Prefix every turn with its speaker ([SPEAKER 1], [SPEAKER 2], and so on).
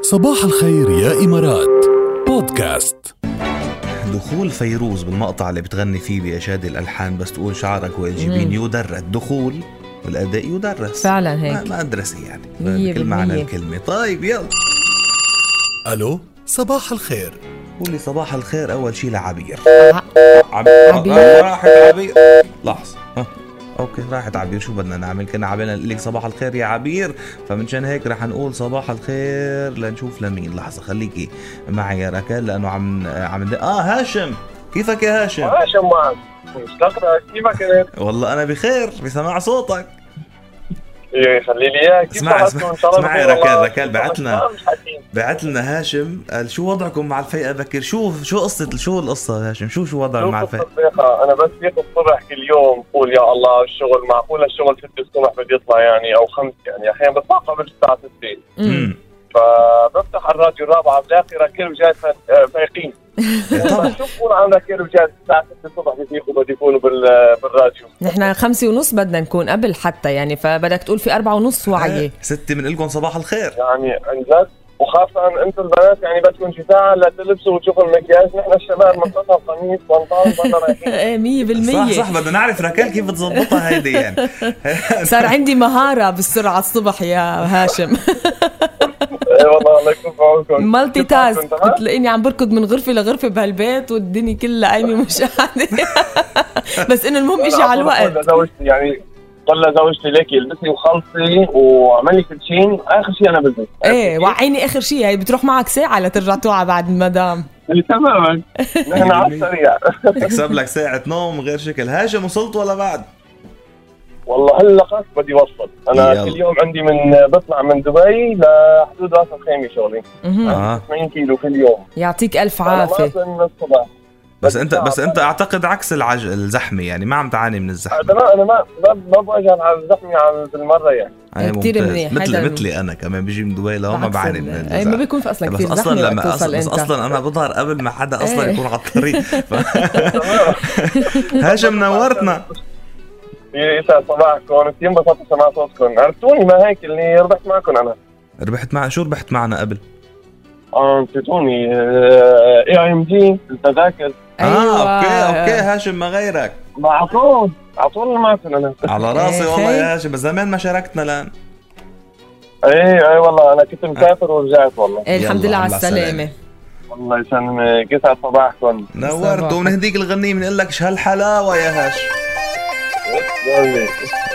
[SPEAKER 1] صباح الخير يا إمارات بودكاست
[SPEAKER 2] دخول فيروز بالمقطع اللي بتغني فيه بإشادة الألحان بس تقول شعرك ويجيبين
[SPEAKER 3] مم.
[SPEAKER 2] يدرس دخول والأداء يدرس
[SPEAKER 3] فعلا
[SPEAKER 2] ما-
[SPEAKER 3] هيك
[SPEAKER 2] مدرسة يعني
[SPEAKER 3] مية
[SPEAKER 2] بكل معنى
[SPEAKER 3] بالمية.
[SPEAKER 2] الكلمة طيب يلا
[SPEAKER 1] ألو صباح الخير
[SPEAKER 2] قول لي صباح الخير أول شيء لعبير
[SPEAKER 3] آه، عبير. آه،
[SPEAKER 2] راحت عبير لحظة ها. اوكي راحت عبير شو بدنا نعمل كنا عبينا نقول لك صباح الخير يا عبير فمنشان هيك رح نقول صباح الخير لنشوف لمين لحظة خليكي معي يا ركال لأنه عم عم ندق- اه هاشم كيفك يا هاشم؟
[SPEAKER 4] عشان معك مستقرك كيفك انت؟
[SPEAKER 2] والله انا بخير بسماع صوتك
[SPEAKER 4] يخلي لي اياك كيف
[SPEAKER 2] اسمع-
[SPEAKER 4] حالكم؟ إن شاء الله
[SPEAKER 2] اسمع يا
[SPEAKER 4] بخير
[SPEAKER 2] ركال،
[SPEAKER 4] والله.
[SPEAKER 2] ركال بعت لنا.
[SPEAKER 4] مش حاسين.
[SPEAKER 2] بعت لنا هاشم قال شو وضعكم مع الفيئه بكر شو شو قصه شو القصه هاشم شو شو وضعك
[SPEAKER 4] شوف
[SPEAKER 2] طيب، مع الفيئه
[SPEAKER 4] التطبيقة، انا بس فيق الصبح كل يوم بقول يا الله الشغل معقول الشغل 6 الصبح بدي يطلع يعني او 5 يعني احيانا بطلع قبل الساعه 6
[SPEAKER 3] مم.
[SPEAKER 2] مم.
[SPEAKER 4] فبفتح الراديو الرابعه بلاقي ركال وجاد ف- آه، فايقين
[SPEAKER 2] طبعا
[SPEAKER 4] شو بقول عن ركال وجاد الساعه 6 الصبح بيفيقوا بده يكونوا بال- بالراديو
[SPEAKER 3] نحن خمسة ونص بدنا نكون قبل حتى يعني فبدك تقول في أربعة ونص وعية
[SPEAKER 2] إيه، ستة من لكم صباح الخير
[SPEAKER 4] يعني عن جد وخاصة انتم البنات يعني بدكم شي ساعة لتلبسوا وتشوفوا المكياج نحن الشباب منتصف قميص بنطال وضلنا رايحين
[SPEAKER 3] ايه مية
[SPEAKER 2] صح
[SPEAKER 3] بالمية
[SPEAKER 2] صح بدنا نعرف ركال كيف بتظبطها هيدي يعني
[SPEAKER 3] صار عندي مهارة بالسرعة الصبح يا هاشم
[SPEAKER 4] إيه والله الله يكون في عونكم
[SPEAKER 3] مالتي
[SPEAKER 4] كيف حالكم،
[SPEAKER 3] تاسك
[SPEAKER 4] تمام؟
[SPEAKER 3] بتلاقيني عم بركض من غرفة لغرفة بهالبيت والدنيا كلها قايمة مش قاعدة بس إنه المهم إجي
[SPEAKER 4] أنا
[SPEAKER 3] على
[SPEAKER 4] بقول
[SPEAKER 3] الوقت
[SPEAKER 4] لزوجتي يعني قول لزوجتي ليكي البسي وخلصي واعملي كل شيء اخر شيء انا بلبس
[SPEAKER 3] ايه وعيني آخر شيء هي بتروح معك ساعة لترجع توعى بعد المدام
[SPEAKER 4] تماما نحن على السريع
[SPEAKER 2] تكسب لك ساعة نوم غير شكل هاشم وصلت ولا بعد
[SPEAKER 4] والله هلا خلاص بدي اوصل
[SPEAKER 2] يلا.
[SPEAKER 4] انا كل يوم عندي من بطلع من دبي لحدود راس الخيمه شغلي
[SPEAKER 3] مهم.
[SPEAKER 2] اه
[SPEAKER 4] 90 كيلو كل يوم
[SPEAKER 3] يعطيك ألف
[SPEAKER 4] أنا ما
[SPEAKER 3] عافية
[SPEAKER 4] أصل من الصبح
[SPEAKER 2] بس انت بس انت اعتقد عكس العج... الزحمه يعني ما عم تعاني من الزحمه
[SPEAKER 4] انا ما انا ما ما- ما بواجه على الزحمه على بالمره يعني
[SPEAKER 2] أي
[SPEAKER 3] كتير
[SPEAKER 2] ممتاز.
[SPEAKER 3] طيب، منيح، هيدا
[SPEAKER 2] مثل
[SPEAKER 3] الم-
[SPEAKER 2] مثلي انا كمان بيجي من دبي لهون ما
[SPEAKER 3] عكس
[SPEAKER 2] بعاني
[SPEAKER 3] ال-
[SPEAKER 2] من
[SPEAKER 3] ايه ما
[SPEAKER 2] الزحمه
[SPEAKER 3] بيكون في أصلا
[SPEAKER 2] بس
[SPEAKER 3] كثير
[SPEAKER 2] اصلا
[SPEAKER 3] زحمة وقت
[SPEAKER 2] لما
[SPEAKER 3] توصل
[SPEAKER 2] أصلا, بس
[SPEAKER 3] أنت
[SPEAKER 2] اصلا انا بظهر قبل ما حدا اصلا
[SPEAKER 3] إيه.
[SPEAKER 2] يكون على الطريق ف- هاشم نورتنا
[SPEAKER 4] يسعد صباحكم كثير انبسطت سمع صوتكم عرفتوني ما هيك اللي ربحت معكم انا
[SPEAKER 2] ربحت مع شو ربحت معنا قبل؟
[SPEAKER 4] اه نسيتوني اي ام جي التذاكر
[SPEAKER 2] اه اوكي
[SPEAKER 3] أيوة.
[SPEAKER 2] اوكي هاشم ما غيرك
[SPEAKER 4] ما على طول على طول معكم انا
[SPEAKER 2] على
[SPEAKER 3] إيه،
[SPEAKER 2] راسي والله
[SPEAKER 3] خير.
[SPEAKER 2] يا هاشم بس زمان ما شاركتنا لان
[SPEAKER 4] ايه اي والله انا كنت مسافر ورجعت والله
[SPEAKER 3] إيه الحمد
[SPEAKER 2] يلا،
[SPEAKER 3] لله على
[SPEAKER 2] على السلامة.
[SPEAKER 3] السلامة
[SPEAKER 4] والله يسلمك يسعد صباحكم
[SPEAKER 2] نورت
[SPEAKER 3] صباحك.
[SPEAKER 2] ونهديك الغنية بنقول لك شو هالحلاوة يا هاشم